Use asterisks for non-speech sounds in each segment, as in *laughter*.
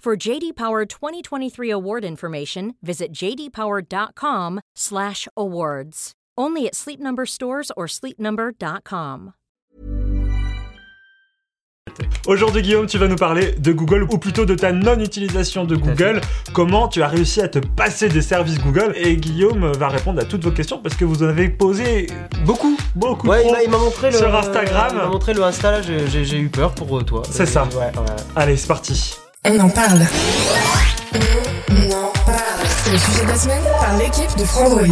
For JD Power 2023 award information, visit jdpower.com/awards. Only at Sleep Number stores or sleepnumber.com. Aujourd'hui, Guillaume, tu vas nous parler de Google, ou plutôt de ta non-utilisation de Google. Comment tu as réussi à te passer des services Google Et Guillaume va répondre à toutes vos questions parce que vous en avez posé beaucoup, beaucoup Ouais, il trop. m'a- il m'a montré le sur Instagram. Il m'a montré le Insta là, j'ai- j'ai j'ai eu peur pour euh, toi. C'est Euh, ça. Ouais, ouais. Allez, c'est parti. On en parle. On en parle. C'est le sujet de la semaine par l'équipe de Frandroid.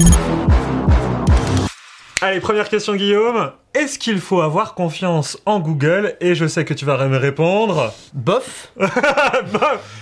Allez, première question, Guillaume. Est-ce qu'il faut avoir confiance en Google Et je sais que tu vas me répondre. *laughs* Bof. bah, ah,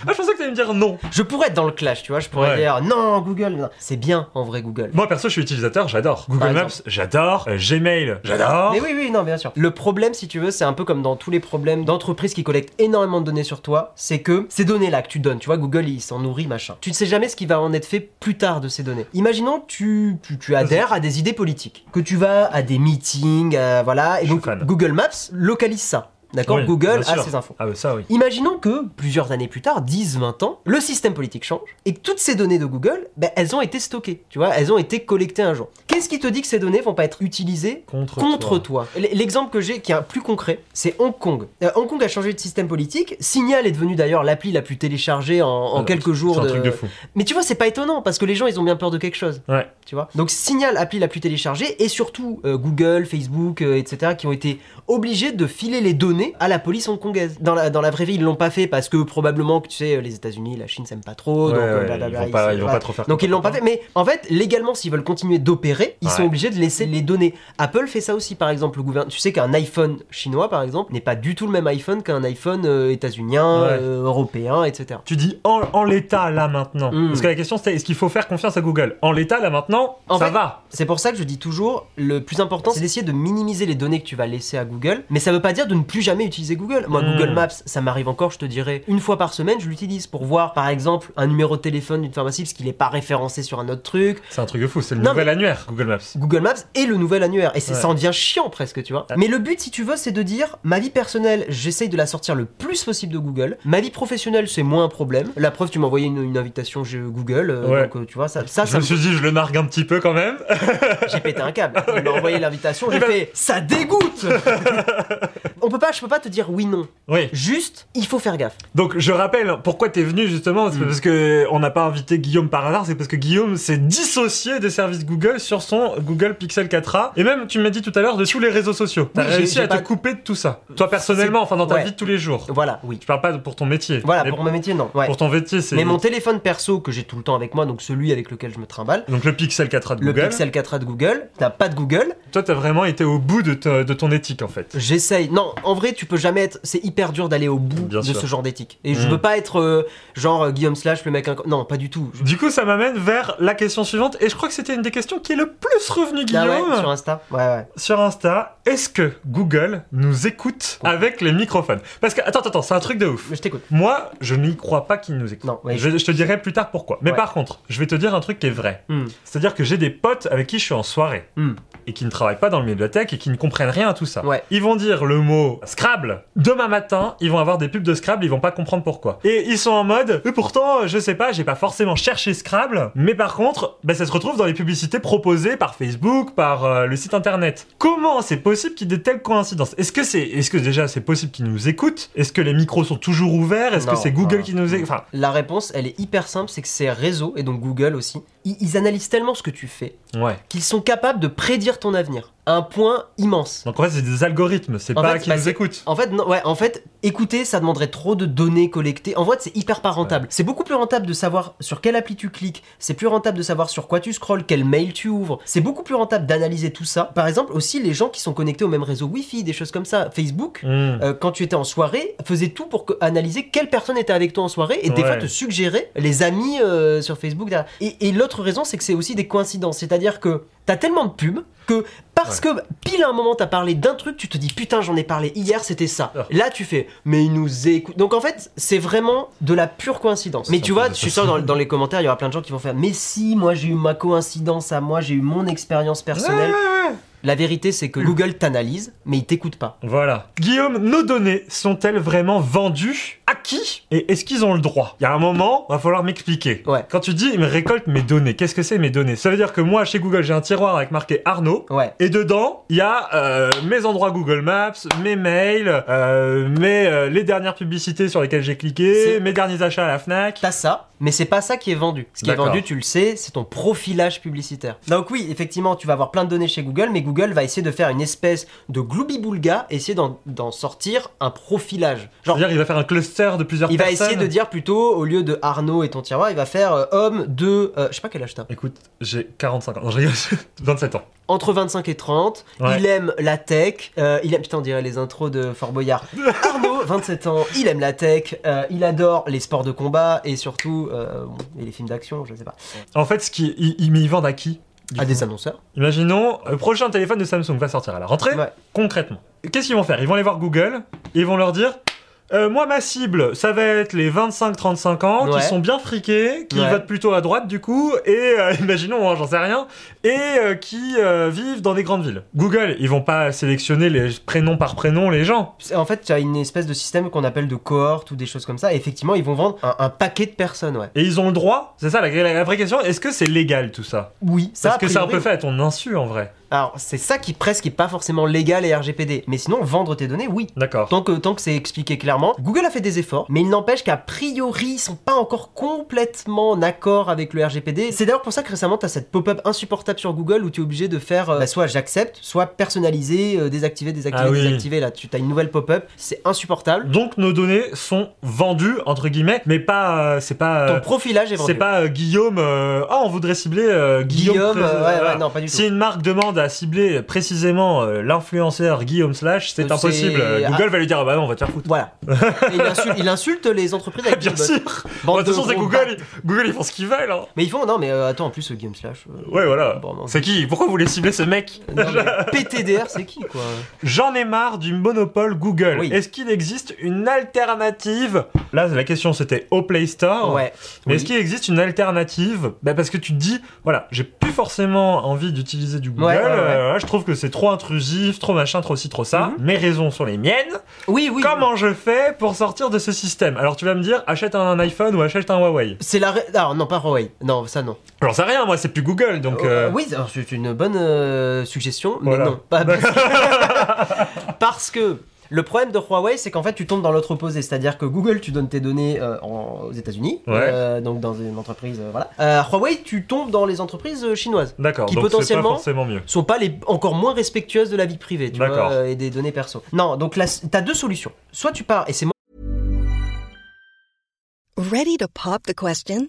je pensais que tu allais me dire non. Je pourrais être dans le clash, tu vois. Je pourrais Ouais. dire non Google. non. C'est bien en vrai Google. Moi, perso, je suis utilisateur, j'adore. Google Par Maps, exemple. j'adore. Euh, Gmail, j'adore. Mais oui, oui, non, bien sûr. Le problème, si tu veux, c'est un peu comme dans tous les problèmes d'entreprises qui collectent énormément de données sur toi, c'est que ces données-là que tu donnes, tu vois, Google, il s'en nourrit, machin. Tu ne sais jamais ce qui va en être fait plus tard de ces données. Imaginons, tu, tu, tu adhères à des idées politiques, que tu vas à des meetings, à- voilà, et Je suis donc fan. Google Maps localise ça. D'accord Oui, Google bien a sûr. ces infos. Ah, bah, ça, oui. Imaginons que, plusieurs années plus tard, 10, 20 ans, le système politique change et que toutes ces données de Google, ben, elles ont été stockées, tu vois, elles ont été collectées un jour. Qu'est-ce qui te dit que ces données vont pas être utilisées Contre, contre toi. L- L'exemple que j'ai qui est un plus concret, c'est Hong Kong. Euh, Hong Kong a changé de système politique. Signal est devenu d'ailleurs l'appli la plus téléchargée en, en Alors, quelques jours. C'est un de- truc de fou. Mais tu vois, c'est pas étonnant parce que les gens ils ont bien peur de quelque chose. Ouais. Tu vois. Donc Signal, appli la plus téléchargée, et surtout euh, Google, Facebook, euh, etc., qui ont été obligés de filer les données à la police hongkongaise. Dans la, dans la vraie vie, ils l'ont pas fait parce que probablement que tu sais, les États-Unis, la Chine s'aiment pas trop. Ouais, donc, euh, ouais, blablabla, ils vont pas, se- ils vont voilà. pas trop faire. Donc ils l'ont pas confiance. fait. Mais en fait, légalement, s'ils veulent continuer d'opérer, ils sont Ouais. obligés de laisser les données. Apple fait ça aussi, par exemple. Le gouvernement, tu sais qu'un iPhone chinois, par exemple, n'est pas du tout le même iPhone qu'un iPhone euh, états-unien, Ouais. euh, européen, etc. Tu dis en, en l'état là maintenant. Mm. Parce que la question c'était est-ce qu'il faut faire confiance à Google En l'état là maintenant, En ça fait- va. C'est pour ça que je dis toujours, le plus important, c'est d'essayer de minimiser les données que tu vas laisser à Google. Mais ça veut pas dire de ne plus jamais utiliser Google. Moi, Mm. Google Maps, ça m'arrive encore, je te dirais, une fois par semaine, je l'utilise pour voir, par exemple, un numéro de téléphone d'une pharmacie parce qu'il n'est pas référencé sur un autre truc. C'est un truc de fou, c'est le Non, nouvel annuaire Google Maps. Google Maps et le nouvel annuaire. Et c'est Ouais. ça en devient chiant presque, tu vois. Ouais. Mais le but, si tu veux, c'est de dire ma vie personnelle, j'essaye de la sortir le plus possible de Google. Ma vie professionnelle, c'est moins un problème. La preuve, tu m'as envoyé une, une invitation je- Google. euh, Ouais. Donc, euh, tu vois, ça, ça, je ça me suis dit je le nargue un petit peu quand même. j'ai pété un câble. Il m'a envoyé l'invitation, j'ai Ah Il m'a- fait *laughs* ça dégoûte On peut pas, je peux pas te dire *laughs* oui, non. oui. Juste, il faut faire gaffe. Donc je rappelle pourquoi t'es venu justement, c'est Mm. parce que on n'a pas invité Guillaume par hasard, c'est parce que Guillaume s'est dissocié des services Google sur son Google Pixel 4a. Et même tu m'as dit tout à l'heure de tous les réseaux sociaux. T'as Oui, j'ai- réussi j'ai à pas- te couper de tout ça. Toi personnellement, enfin dans ta Ouais. vie de tous les jours. Voilà, oui. Je parle pas de- pour ton métier. Voilà, Mais pour mon métier, non. Ouais. pour ton métier, c'est Mais mon téléphone perso que j'ai tout le temps avec moi, donc celui avec lequel je me trimballe, donc le Pixel 4a de le Google. Pixel 4a de Google, t'as pas de Google, Toi, t'as vraiment été au bout de, ta- de ton éthique, en fait. J'essaye. Non, en vrai, tu peux jamais être. C'est hyper dur d'aller au bout Bien de sûr. ce genre d'éthique. Et je Mm. veux pas être euh, genre euh, Guillaume Slash, le mec. inco- Non, pas du tout. Je- Du coup, ça m'amène vers la question suivante, et je crois que c'était une des questions qui est le plus revenue, Ah Guillaume, ouais, sur sur... Insta. Ouais, ouais. Insta. Est-ce que Google nous écoute avec les microphones Parce que, attends, attends, attends, c'est un truc de ouf. Mais Je t'écoute. Moi, je n'y crois pas qu'ils nous écoutent. Non, ouais. Je, je te dirai plus tard pourquoi. Mais Ouais. par contre, je vais te dire un truc qui est vrai. Hmm. C'est-à-dire que j'ai des potes avec qui je suis en soirée Hmm. et qui ne travaillent pas dans le milieu de la tech et qui ne comprennent rien à tout ça. Ouais. Ils vont dire le mot Scrabble. Demain matin, ils vont avoir des pubs de Scrabble, ils vont pas comprendre pourquoi. Et ils sont en mode, et pourtant, je sais pas, j'ai pas forcément cherché Scrabble, mais par contre, bah, ça se retrouve dans les publicités proposées par Facebook, par euh, le site internet. Comment c'est possible qu'il y ait de telles coïncidences Est-ce que c'est, est-ce que déjà c'est possible qu'ils nous écoutent Est-ce que les micros sont toujours ouverts Est-ce que Non, c'est Google non. qui nous écoute Enfin, La réponse, elle est hyper simple c'est que ces réseaux, et donc Google aussi, ils, ils analysent tellement ce que tu fais ouais. qu'ils sont capables de prédire ton avenir. un point immense. Donc en fait, c'est des algorithmes, c'est En pas fait, qui bah, nous c'est- écoute. En fait, non, ouais, en fait, écouter, ça demanderait trop de données collectées. En fait, c'est hyper pas rentable. C'est beaucoup plus rentable de savoir sur quelle appli tu cliques. C'est plus rentable de savoir sur quoi tu scrolles, quel mail tu ouvres. C'est beaucoup plus rentable d'analyser tout ça. Par exemple, aussi les gens qui sont connectés au même réseau Wi-Fi, des choses comme ça. Facebook, Hmm. euh, quand tu étais en soirée, faisait tout pour que- analyser quelle personne était avec toi en soirée et des Ouais. fois te suggérer les amis euh, sur Facebook. derrière. Et, et l'autre raison, c'est que c'est aussi des coïncidences. C'est-à-dire que t'as tellement de pubs que parce que pile à un moment t'as parlé d'un truc, tu te dis putain, j'en ai parlé hier, c'était ça. Ah. Là, tu fais, mais ils nous écoutent. Donc en fait, c'est vraiment de la pure coïncidence. Mais C'est tu un peu vois, de je suis façon. sûr dans, dans les commentaires, il y aura plein de gens qui vont faire, mais si, moi j'ai eu ma coïncidence à moi, j'ai eu mon expérience personnelle. La vérité, c'est que Mm. Google t'analyse, mais il t'écoute pas. Voilà. Guillaume, nos données sont-elles vraiment vendues À qui Et est-ce qu'ils ont le droit Il y a un moment, va falloir m'expliquer. Ouais. Quand tu dis, il me récolte mes données, qu'est-ce que c'est mes données Ça veut dire que moi, chez Google, j'ai un tiroir avec marqué Arnaud. Ouais. Et dedans, il y a euh, mes endroits Google Maps, mes mails, euh, mes, euh, les dernières publicités sur lesquelles j'ai cliqué, C'est- mes derniers achats à la FNAC. T'as ça, mais c'est pas ça qui est vendu. Ce qui est D'accord. vendu, tu le sais, c'est ton profilage publicitaire. Donc oui, effectivement, tu vas avoir plein de données chez Google, mais Google va essayer de faire une espèce de gloubi-boulga, essayer d'en- d'en sortir un profilage. Genre, C'est-à-dire, il va faire un cluster de plusieurs il va personnes. essayer de dire plutôt, au lieu de Arnaud et ton tiroir, il va faire euh, homme de... euh, je sais pas quel âge t'as. Écoute, j'ai 45 ans. Non, je rigole, *laughs* 27 ans. Entre 25 et 30, Ouais. il aime la tech, euh, il aime... Putain, on dirait les intros de *laughs* Fort Boyard. Arnaud, 27 ans, il aime la tech, euh, il adore les sports de combat et surtout... euh, bon, et les films d'action, je sais pas. En fait, ce qui, ils, ils- mais ils vendent à qui du À coup des annonceurs. Imaginons, le prochain téléphone de Samsung va sortir à la rentrée. Ouais. Concrètement, qu'est-ce qu'ils vont faire Ils vont aller voir Google, et ils vont leur dire Euh, Moi, ma cible, ça va être les 25-35 ans Ouais. qui sont bien friqués, qui Ouais. votent plutôt à droite du coup, et euh, *laughs* imaginons, hein, j'en sais rien, et euh, qui euh, vivent dans des grandes villes. Google, ils vont pas sélectionner les prénoms par prénom les gens. C'est- En fait, tu as une espèce de système qu'on appelle de cohorte ou des choses comme ça. Et effectivement, ils vont vendre un, un paquet de personnes, ouais. Et ils ont le droit C'est ça la, la- la vraie question Est-ce que c'est légal tout ça Oui, ça. Parce a que c'est un peu priori- fait à ton insu en vrai. Alors, c'est ça qui presque est pas forcément légal et RGPD. Mais sinon, vendre tes données, oui. D'accord. Tant que, tant que c'est expliqué clairement, Google a fait des efforts, mais il n'empêche qu'a priori, ils sont pas encore complètement en accord avec le RGPD. C'est d'ailleurs pour ça que récemment, tu as cette pop-up insupportable sur Google où tu es obligé de faire euh, bah, soit j'accepte, soit personnaliser, euh, désactiver, désactiver, Ah oui. désactiver. Là, tu as une nouvelle pop-up, c'est insupportable. Donc nos données sont vendues entre guillemets, mais pas euh, c'est pas euh, Ton profilage est vendu. c'est pas euh, Guillaume euh, ah on voudrait cibler euh, Guillaume. Guillaume, Pré- euh, ouais, ouais, voilà. non, pas du tout. Si une marque demande à cibler précisément euh, l'influenceur Guillaume slash, Euh, c'est c'est- impossible. Euh, Google va lui dire ah bah non on va te faire foutre. Voilà. *laughs* Et il, insulte, il insulte les entreprises avec Bien qui il bosse. sûr. *laughs* Bande Bah, de toute façon gros c'est bâtards. Google, ils- Google ils font ce qu'ils veulent. hein. Mais ils font, non mais euh, attends, en plus euh, Game Slash. euh, Ouais voilà. bon, non. c'est qui Pourquoi vous voulez cibler ce mec Non, *laughs* mais PTDR, c'est qui quoi J'en ai marre du monopole Google. Oui. Est-ce qu'il existe une alternative Là, la question c'était au Play Store. Ouais. Mais Oui. est-ce qu'il existe une alternative bah Parce que tu te dis, voilà, j'ai plus forcément envie d'utiliser du Google, Ouais, ouais, ouais. euh, je trouve que c'est trop intrusif, trop machin, trop ci, trop ça. Mes raisons sont les miennes. Oui, Mhm. oui. Comment je fais pour sortir de ce système Alors tu vas me dire, achète un iPhone ou achète un Huawei. C'est la. ré- Alors non, pas Huawei. Non, ça non. J'en sais rien, moi, c'est plus Google, donc... euh, Euh, oui, alors, c'est une bonne euh, suggestion, mais Voilà. non. Pas *laughs* parce que- *laughs* parce que. Le problème de Huawei, c'est qu'en fait, tu tombes dans l'autre opposé. C'est-à-dire que Google, tu donnes tes données euh, en- aux États-Unis, Ouais. euh, donc dans une entreprise, euh, voilà. Euh, Huawei, tu tombes dans les entreprises euh, chinoises. D'accord, qui donc c'est pas potentiellement- forcément mieux. sont pas les encore moins respectueuses de la vie privée, tu vois, D'accord. euh, et des données perso. Non, donc là, t'as deux solutions. Soit tu pars, et c'est moi Ready to pop the question?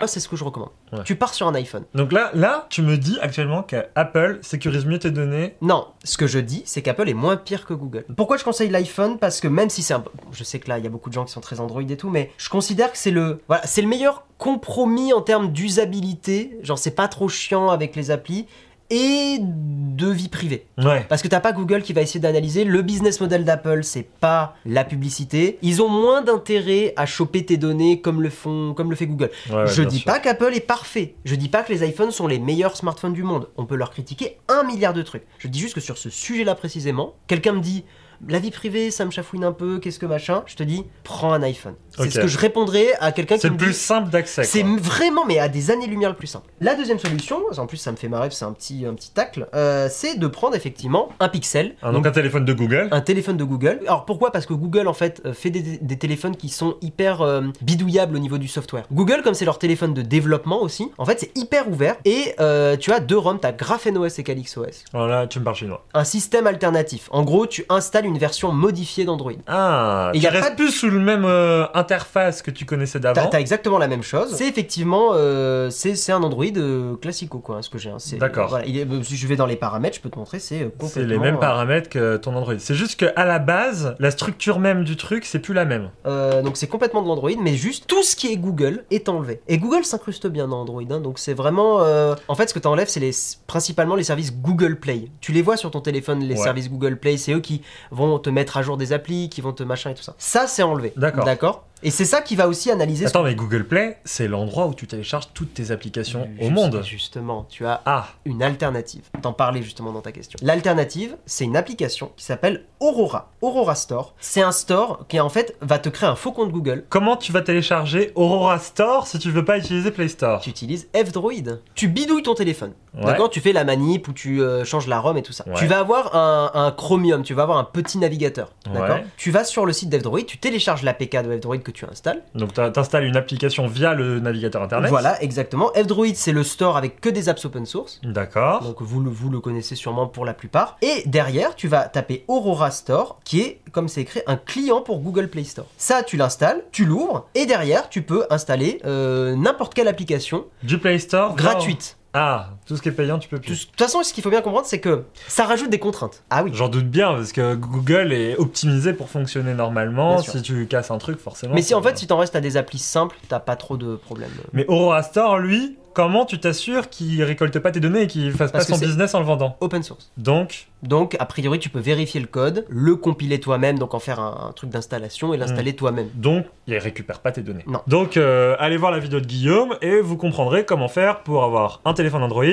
Moi, c'est ce que je recommande. Ouais. Tu pars sur un iPhone. Donc là, là, tu me dis actuellement qu'Apple sécurise mieux tes données. Non, ce que je dis, c'est qu'Apple est moins pire que Google. Pourquoi je conseille l'iPhone Parce que même si c'est un... Je sais que là, il y a beaucoup de gens qui sont très Android et tout, mais je considère que c'est le... Voilà, c'est le meilleur compromis en termes d'usabilité. Genre, c'est pas trop chiant avec les applis. Et de vie privée. Ouais. Parce que t'as pas Google qui va essayer d'analyser. Le business model d'Apple, c'est pas la publicité. Ils ont moins d'intérêt à choper tes données comme le font, comme le fait Google. Ouais, ouais, je bien dis sûr. pas qu'Apple est parfait. Je dis pas que les iPhones sont les meilleurs smartphones du monde. On peut leur critiquer un milliard de trucs. Je dis juste que sur ce sujet-là précisément, quelqu'un me dit. La vie privée, ça me chafouine un peu, qu'est-ce que machin Je te dis, prends un iPhone. C'est Ok. ce que je répondrais à quelqu'un qui C'est me le plus dit- simple d'accès. c'est quoi. vraiment, mais à des années-lumière le plus simple. La deuxième solution, en plus ça me fait marrer, c'est un petit, un petit tacle, euh, c'est de prendre effectivement un pixel, Ah, donc un téléphone de Google. un téléphone de Google. Alors pourquoi Parce que Google en fait euh, fait des, des téléphones qui sont hyper euh, bidouillables au niveau du software. Google, comme c'est leur téléphone de développement aussi, en fait c'est hyper ouvert et euh, tu as deux ROM, tu as GrapheneOS et CalyxOS. Alors là, tu me parles chinois. Un système alternatif. En gros, tu installes une version modifiée d'Android. Ah, Et tu y a restes pas de- plus sous le même euh, interface que tu connaissais T'as d'avant. t'as exactement la même chose. C'est effectivement, euh, c'est c'est un Android euh, classico quoi, hein, ce que j'ai. hein. C'est- D'accord. voilà, il est- euh, si je vais dans les paramètres, je peux te montrer, c'est euh, complètement. C'est les mêmes paramètres que ton Android. C'est juste que à la base, la structure même du truc, c'est plus la même. euh, donc c'est complètement de l'Android, mais juste tout ce qui est Google est enlevé. Et Google s'incruste bien dans Android, hein, donc c'est vraiment. euh, En fait, ce que t'enlèves, c'est les principalement les services Google Play. Tu les vois sur ton téléphone, les Ouais. services Google Play, c'est eux qui vont te mettre à jour des applis, qui vont te machin et tout ça. Ça, c'est enlevé. D'accord. D'accord. Et c'est ça qui va aussi analyser. ce Attends, mais Google Play, c'est l'endroit où tu télécharges toutes tes applications au Juste- monde. Justement, tu as Ah, une alternative. T'en parlais justement dans ta question. L'alternative, c'est une application qui s'appelle Aurora. Aurora Store, c'est un store qui en fait va te créer un faux compte Google. comment tu vas télécharger Aurora Store si tu veux pas utiliser Play Store Tu utilises F-Droid. Tu bidouilles ton téléphone. Ouais. D'accord Tu fais la manip ou tu euh, changes la ROM et tout ça. Ouais. Tu vas avoir un, un Chromium, tu vas avoir un petit navigateur. D'accord Ouais. Tu vas sur le site d'F-Droid, tu télécharges l'APK de F-Droid que tu installes. Donc t'as- t'installes une application via le navigateur internet. Voilà, exactement. F-Droid, c'est le store avec que des apps open source. D'accord. Donc vous le, vous le connaissez sûrement pour la plupart. Et derrière, tu vas taper Aurora Store, qui est, comme c'est écrit, un client pour Google Play Store. Ça, tu l'installes, tu l'ouvres, et derrière, tu peux installer euh, n'importe quelle application Du Play Store. Oh, gratuite. wow. Ah, tout ce qui est payant, tu peux Tout- De plus. toute façon, ce qu'il faut bien comprendre, c'est que ça rajoute des contraintes. Ah oui. J'en doute bien parce que Google est optimisé pour fonctionner normalement. Bien sûr. Si tu casses un truc, forcément. Mais si en ça- fait, si t'en restes à des applis simples, t'as pas trop de problèmes. Mais Aurora Store, lui, comment tu t'assures qu'il récolte pas tes données et qu'il fasse Parce pas son que c'est- business en le vendant Open source. Donc, Donc, a priori, tu peux vérifier le code, le compiler toi-même, donc en faire un, un truc d'installation et l'installer toi-même. donc, il récupère pas tes données. Non. Donc, euh, allez voir la vidéo de Guillaume et vous comprendrez comment faire pour avoir un téléphone Android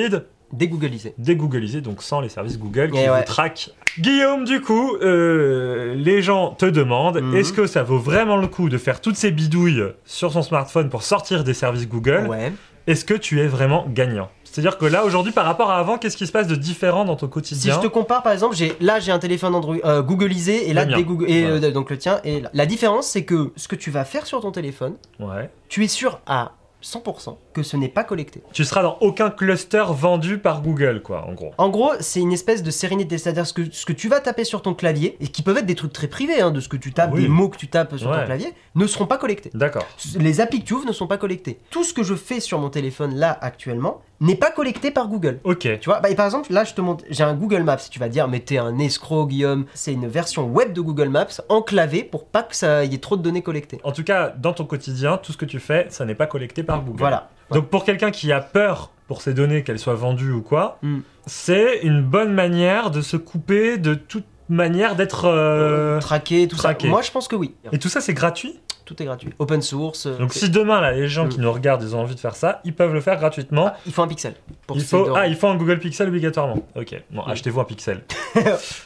Dégoogliser. dégoogliser, donc sans les services Google qui Eh vous ouais. traquent. Guillaume, du coup, euh, les gens te demandent Mhm. est-ce que ça vaut vraiment le coup de faire toutes ces bidouilles sur son smartphone pour sortir des services Google Ouais. Est-ce que tu es vraiment gagnant C'est-à-dire que là, aujourd'hui, par rapport à avant, qu'est-ce qui se passe de différent dans ton Si quotidien je te compare, par exemple, j'ai là j'ai un téléphone Android euh, Googleisé et là Le mien. dégoogle- et Voilà. euh, donc le tien et là. La différence c'est que ce que tu vas faire sur ton téléphone, Ouais. tu es sûr à 100% que ce n'est pas collecté. Tu seras dans aucun cluster vendu par Google, quoi, en gros. En gros, c'est une espèce de sérénité, c'est-à-dire ce que, ce que tu vas taper sur ton clavier, et qui peuvent être des trucs très privés, hein, de ce que tu tapes, Oui. des mots que tu tapes sur Ouais. ton clavier, ne seront pas collectés. D'accord. Les applis que tu ouvres ne sont pas collectées. Tout ce que je fais sur mon téléphone là actuellement n'est pas collecté par Google. Ok. Tu vois, bah, et par exemple, là, je te montre, j'ai un Google Maps. Tu vas dire, mais t'es un escroc, Guillaume. C'est une version web de Google Maps enclavée pour pas que ça y ait trop de données collectées. En tout cas, dans ton quotidien, tout ce que tu fais, ça n'est pas collecté par Google. Voilà. Donc pour quelqu'un qui a peur pour ses données, qu'elles soient vendues ou quoi, Mm. c'est une bonne manière de se couper de toute manière d'être... euh, Traquer, tout traquer. ça. Moi, je pense que oui. Et tout ça, c'est gratuit. Tout est gratuit. Open source. euh, Donc c'est- si demain, là, les gens Mm. qui nous regardent, ils ont envie de faire ça, ils peuvent le faire gratuitement. Ah, il faut un pixel. Pour il que ça faut... dehors. Ah, il faut un Google Pixel obligatoirement. Ok, bon, achetez-vous un Pixel. *laughs*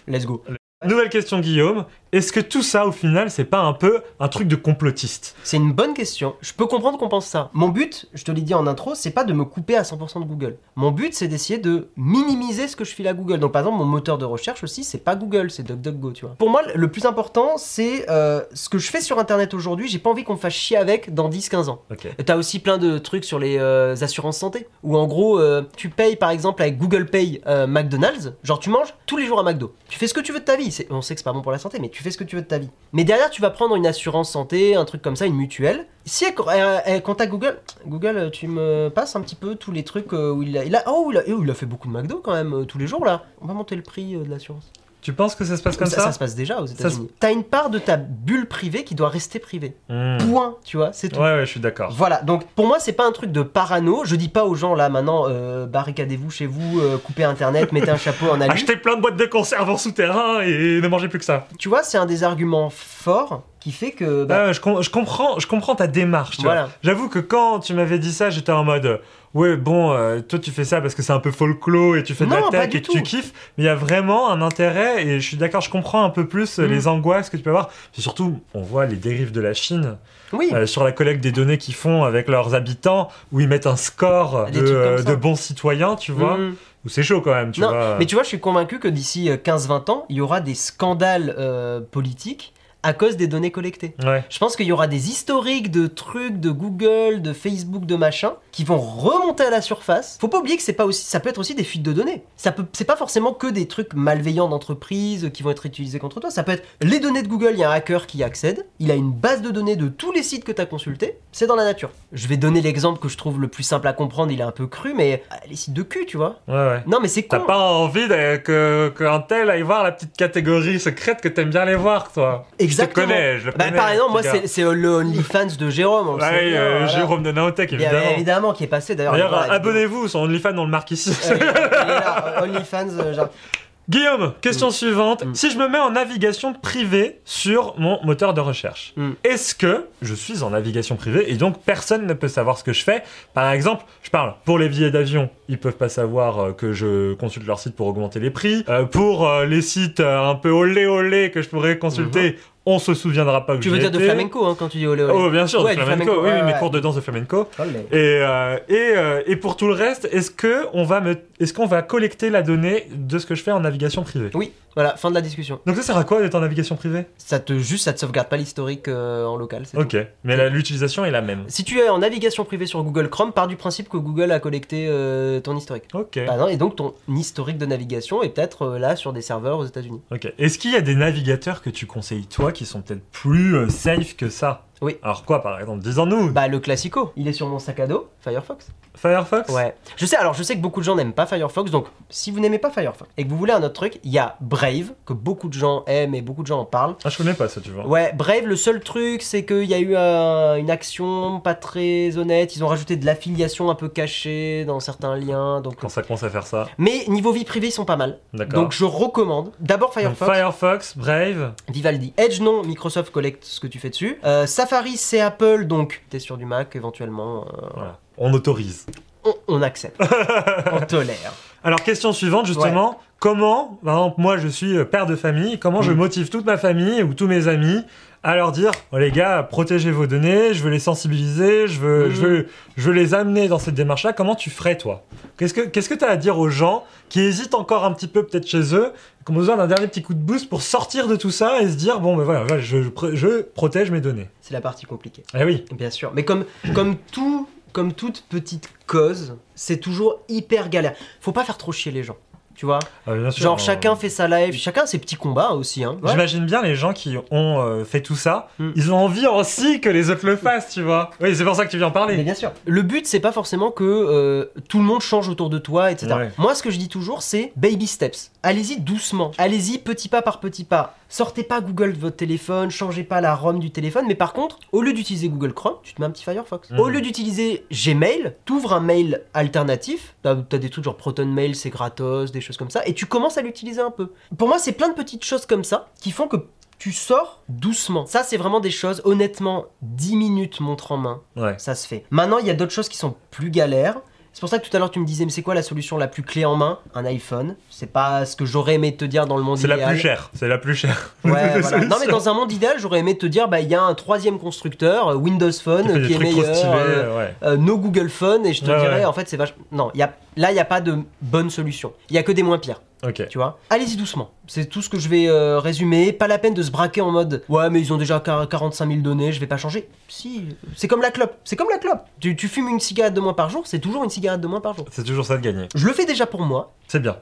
Let's go. Nouvelle question, Guillaume. Est-ce que tout ça, au final, c'est pas un peu un truc de complotiste C'est une bonne question. Je peux comprendre qu'on pense ça. Mon but, je te l'ai dit en intro, c'est pas de me couper à 100% de Google. Mon but, c'est d'essayer de minimiser ce que je file à Google. Donc par exemple, mon moteur de recherche aussi, c'est pas Google, c'est DuckDuckGo, tu vois. Pour moi, le plus important, c'est euh, ce que je fais sur Internet aujourd'hui, j'ai pas envie qu'on me fasse chier avec dans 10-15 ans. Ok. Et T'as aussi plein de trucs sur les euh, assurances santé, où en gros, euh, tu payes par exemple avec Google Pay euh, McDonald's, genre tu manges tous les jours à McDo. Tu fais ce que tu veux de ta vie, oui, c'est- on sait que c'est pas bon pour la santé, mais tu fais ce que tu veux de ta vie. Mais derrière, tu vas prendre une assurance santé, un truc comme ça, une mutuelle. Si elle, elle- elle contacte Google, Google, euh, tu me passes un petit peu tous les trucs euh, où il a, il a- oh, il a, oh, il a fait beaucoup de McDo quand même euh, tous les jours là. On va monter le prix euh, de l'assurance. Tu penses que ça se passe comme ça, ça, se passe déjà aux se- États-Unis. T'as une part de ta bulle privée qui doit rester privée. Hmm. Point, tu vois, c'est tout. Ouais, ouais, je suis d'accord. Voilà, donc pour moi, c'est pas un truc de parano. Je dis pas aux gens là maintenant, euh, barricadez-vous chez vous, euh, coupez internet, mettez un chapeau en alu. Achetez plein de boîtes de conserve en souterrain et ne mangez plus que ça. Tu vois, c'est un des arguments forts qui fait que. bah, Ah, je, com- je comprends, je comprends ta démarche. tu vois. Voilà. J'avoue que quand tu m'avais dit ça, j'étais en mode euh, ouais bon, euh, toi tu fais ça parce que c'est un peu folklore et tu fais de Non, la pas tech du et que tout. tu kiffes. Mais il y a vraiment un intérêt et je suis d'accord, je comprends un peu plus euh, Mm. les angoisses que tu peux avoir. Puis surtout, on voit les dérives de la Chine oui, euh, sur la collecte des données qu'ils font avec leurs habitants où ils mettent un score Des de, trucs comme euh, ça. de bons citoyens, tu vois. Mm. Où c'est chaud quand même, tu non, vois. mais tu vois, je suis convaincu que d'ici euh, 15-20 ans, il y aura des scandales euh, politiques à cause des données collectées. Ouais. Je pense qu'il y aura des historiques de trucs de Google, de Facebook, de machin, qui vont remonter à la surface. Faut pas oublier que c'est pas aussi, ça peut être aussi des fuites de données. Ça peut, c'est pas forcément que des trucs malveillants d'entreprise qui vont être utilisés contre toi. Ça peut être les données de Google. Il y a un hacker qui y accède. Il a une base de données de tous les sites que t'as consultés. C'est dans la nature. Je vais donner l'exemple que je trouve le plus simple à comprendre. Il est un peu cru, mais ah, les sites de cul, tu vois. Ouais, ouais. Non, mais c'est con. T'as pas envie de- que qu'un tel aille voir la petite catégorie secrète que t'aimes bien aller voir, toi. Exactement. Je te connais, je le Bah, connais. par exemple, moi, ce gars. c'est c'est le OnlyFans de Jérôme. on le sait Ouais, bien, euh, voilà. Jérôme de Naotech, Bien, évidemment. évidemment, qui est passé d'ailleurs. D'ailleurs, voilà, abonnez-vous, son OnlyFans, on le marque ici. Euh, il est là, euh, OnlyFans, euh, genre. Guillaume, question suivante. Mm. Si je me mets en navigation privée sur mon moteur de recherche, Mm. est-ce que je suis en navigation privée et donc personne ne peut savoir ce que je fais Par exemple, je parle pour les billets d'avion, ils peuvent pas savoir euh, que je consulte leur site pour augmenter les prix. Euh, pour euh, les sites euh, un peu olé olé que je pourrais consulter, on se souviendra pas que Mm-hmm. Tu veux j'y dire de étais. flamenco hein, quand tu dis olé olé. Oh, bien sûr, Ouais, de du flamenco. oui, ouais, mes ouais. cours de danse de flamenco. Olé. Et, euh, et, euh, et pour tout le reste, est-ce que on va me, est-ce qu'on va collecter la donnée de ce que je fais en navigation privée Oui, voilà, fin de la discussion. Donc ça sert à quoi d'être en navigation privée Ça te juste, ça te sauvegarde pas l'historique euh, en local. c'est Ok, tout. mais la- l'utilisation est la même. Si tu es en navigation privée sur Google Chrome, pars du principe que Google a collecté euh, ton historique. Ok, Bah non, et donc ton historique de navigation est peut-être euh, là sur des serveurs aux États-Unis. ok. Est-ce qu'il y a des navigateurs que tu conseilles toi qui sont peut-être plus euh, safe que ça Oui. Alors quoi par exemple Disons-nous. Bah le classico, il est sur mon sac à dos, Firefox. Firefox Ouais. Je sais, alors je sais que beaucoup de gens n'aiment pas Firefox, donc si vous n'aimez pas Firefox et que vous voulez un autre truc, il y a Brave, que beaucoup de gens aiment et beaucoup de gens en parlent. Ah, je connais pas ça, tu vois. Ouais, Brave, le seul truc, c'est qu'il y a eu un- une action pas très honnête. Ils ont rajouté de l'affiliation un peu cachée dans certains liens. Donc... Quand ça commence à faire ça. Mais niveau vie privée, ils sont pas mal. D'accord. Donc je recommande. D'abord Donc, Firefox, Firefox, Brave. Vivaldi. Edge, non, Microsoft collecte ce que tu fais dessus. Euh, Safari, c'est Apple, donc t'es sur du Mac éventuellement. euh, Voilà. On autorise. on, on accepte. on tolère. Alors, question suivante, justement. Comment, par exemple, moi je suis euh, père de famille, comment je Mm. motive toute ma famille ou tous mes amis à leur dire oh, les gars, protégez vos données, je veux les sensibiliser, je veux, Mm. je veux, je veux les amener dans cette démarche-là. Comment tu ferais, toi Qu'est-ce que tu as à dire aux gens qui hésitent encore un petit peu, peut-être chez eux, qui ont besoin d'un dernier petit coup de boost pour sortir de tout ça et se dire bon, ben voilà, voilà, je, je pr- je protège mes données C'est la partie compliquée. Eh oui, Bien sûr, mais comme, comme, tout, comme toute petite cause, c'est toujours hyper galère. Faut pas faire trop chier les gens, tu vois. Ah, bien sûr. Genre on- chacun fait sa live, chacun ses petits combats aussi. Hein. Ouais. J'imagine bien les gens qui ont euh, fait tout ça, Mm. ils ont envie aussi que les autres le fassent, tu vois. Oui, c'est pour ça que tu viens en parler. Mais bien sûr. Le but, c'est pas forcément que euh, tout le monde change autour de toi, etc. Ouais. Moi, ce que je dis toujours, c'est baby steps. Allez-y doucement. Allez-y petit pas par petit pas. Sortez pas Google de votre téléphone, changez pas la ROM du téléphone. Mais par contre, au lieu d'utiliser Google Chrome, tu te mets un petit Firefox. Mhm. Au lieu d'utiliser Gmail, t'ouvres un mail alternatif. T'as as des trucs genre Proton Mail, c'est gratos, des choses comme ça. Et tu commences à l'utiliser un peu. Pour moi, c'est plein de petites choses comme ça qui font que tu sors doucement. Ça, c'est vraiment des choses, honnêtement, 10 minutes montre en main Ouais. ça se fait. Maintenant, il y a d'autres choses qui sont plus galères. C'est pour ça que tout à l'heure tu me disais, mais c'est quoi la solution la plus clé en main Un iPhone. C'est pas ce que j'aurais aimé te dire dans le monde C'est idéal. la plus chère. C'est la plus chère. *laughs* Ouais, voilà. Non, mais dans un monde idéal, j'aurais aimé te dire, bah il y a un troisième constructeur, euh, Windows Phone, Qui fait *laughs* euh, des qui est trucs trop meilleur. stylés, euh, ouais. euh, no Google Phone, et je te Ouais, dirais, ouais. en fait, c'est vachement. Non, il y a... là, il n'y a pas de bonne solution. Il y a que des moins pires. Ok. Tu vois Allez-y doucement. C'est tout ce que je vais euh, résumer. Pas la peine de se braquer en mode Ouais, mais ils ont déjà quar- 45 000 données, je vais pas changer. Si, c'est comme la clope. C'est comme la clope. Tu, tu fumes une cigarette de moins par jour, c'est toujours une cigarette de moins par jour. C'est toujours ça de gagner. Je le fais déjà pour moi. C'est bien.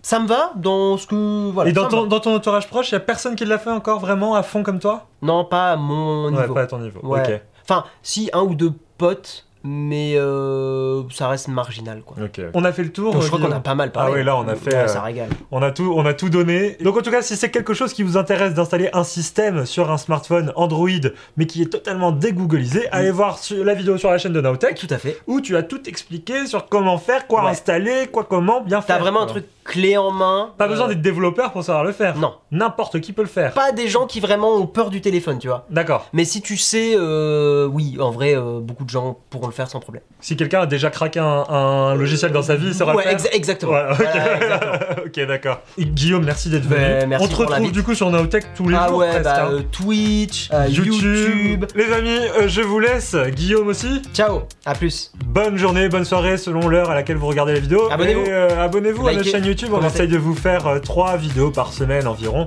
ça me va dans ce que. Voilà, Et dans ça ton, me va. dans ton entourage proche, il a personne qui l'a fait encore vraiment à fond comme toi Non, pas à mon Ouais, niveau. pas à ton niveau. Ouais. Ok. Enfin, si, un ou deux potes, mais euh, ça reste marginal, quoi. Ok. On a fait le tour. Donc, je crois Guillaume. qu'on a pas mal parlé. Ah oui, là, on a fait, euh, Ouais, euh, Ça régale. On a tout, on a tout donné. Donc en tout cas, si c'est quelque chose qui vous intéresse d'installer un système sur un smartphone Android, mais qui est totalement dégoogolisé, Mm. allez voir sur- la vidéo sur la chaîne de Nowtech, Tout à fait. où tu as tout expliqué sur comment faire, quoi Ouais. installer, quoi comment bien faire. T'as vraiment un quoi. truc clé en main. Pas euh, besoin d'être développeur pour savoir le faire. Non. N'importe qui peut le faire. Pas des gens qui vraiment ont peur du téléphone, tu vois. D'accord. Mais si tu sais, euh, oui, en vrai, euh, beaucoup de gens pourront le faire sans problème. Si quelqu'un a déjà craqué un, un logiciel dans sa vie, il saura Euh, ouais, le faire. exa- exactement. Voilà, ok. Voilà, *laughs* exactement. ok, d'accord. Et Guillaume, merci d'être venu. Ben, merci On te pour retrouve l'invite. du coup sur Nowtech tous les ah jours. ouais, presque, bah, hein. euh, Twitch, euh, YouTube. YouTube. Les amis, euh, je vous laisse. Guillaume aussi. Ciao, à plus. Bonne journée, bonne soirée selon l'heure à laquelle vous regardez la vidéo. Abonnez-vous. Et, euh, abonnez-vous à notre Likez, chaîne YouTube. On commentez. essaye de vous faire 3 vidéos par semaine environ.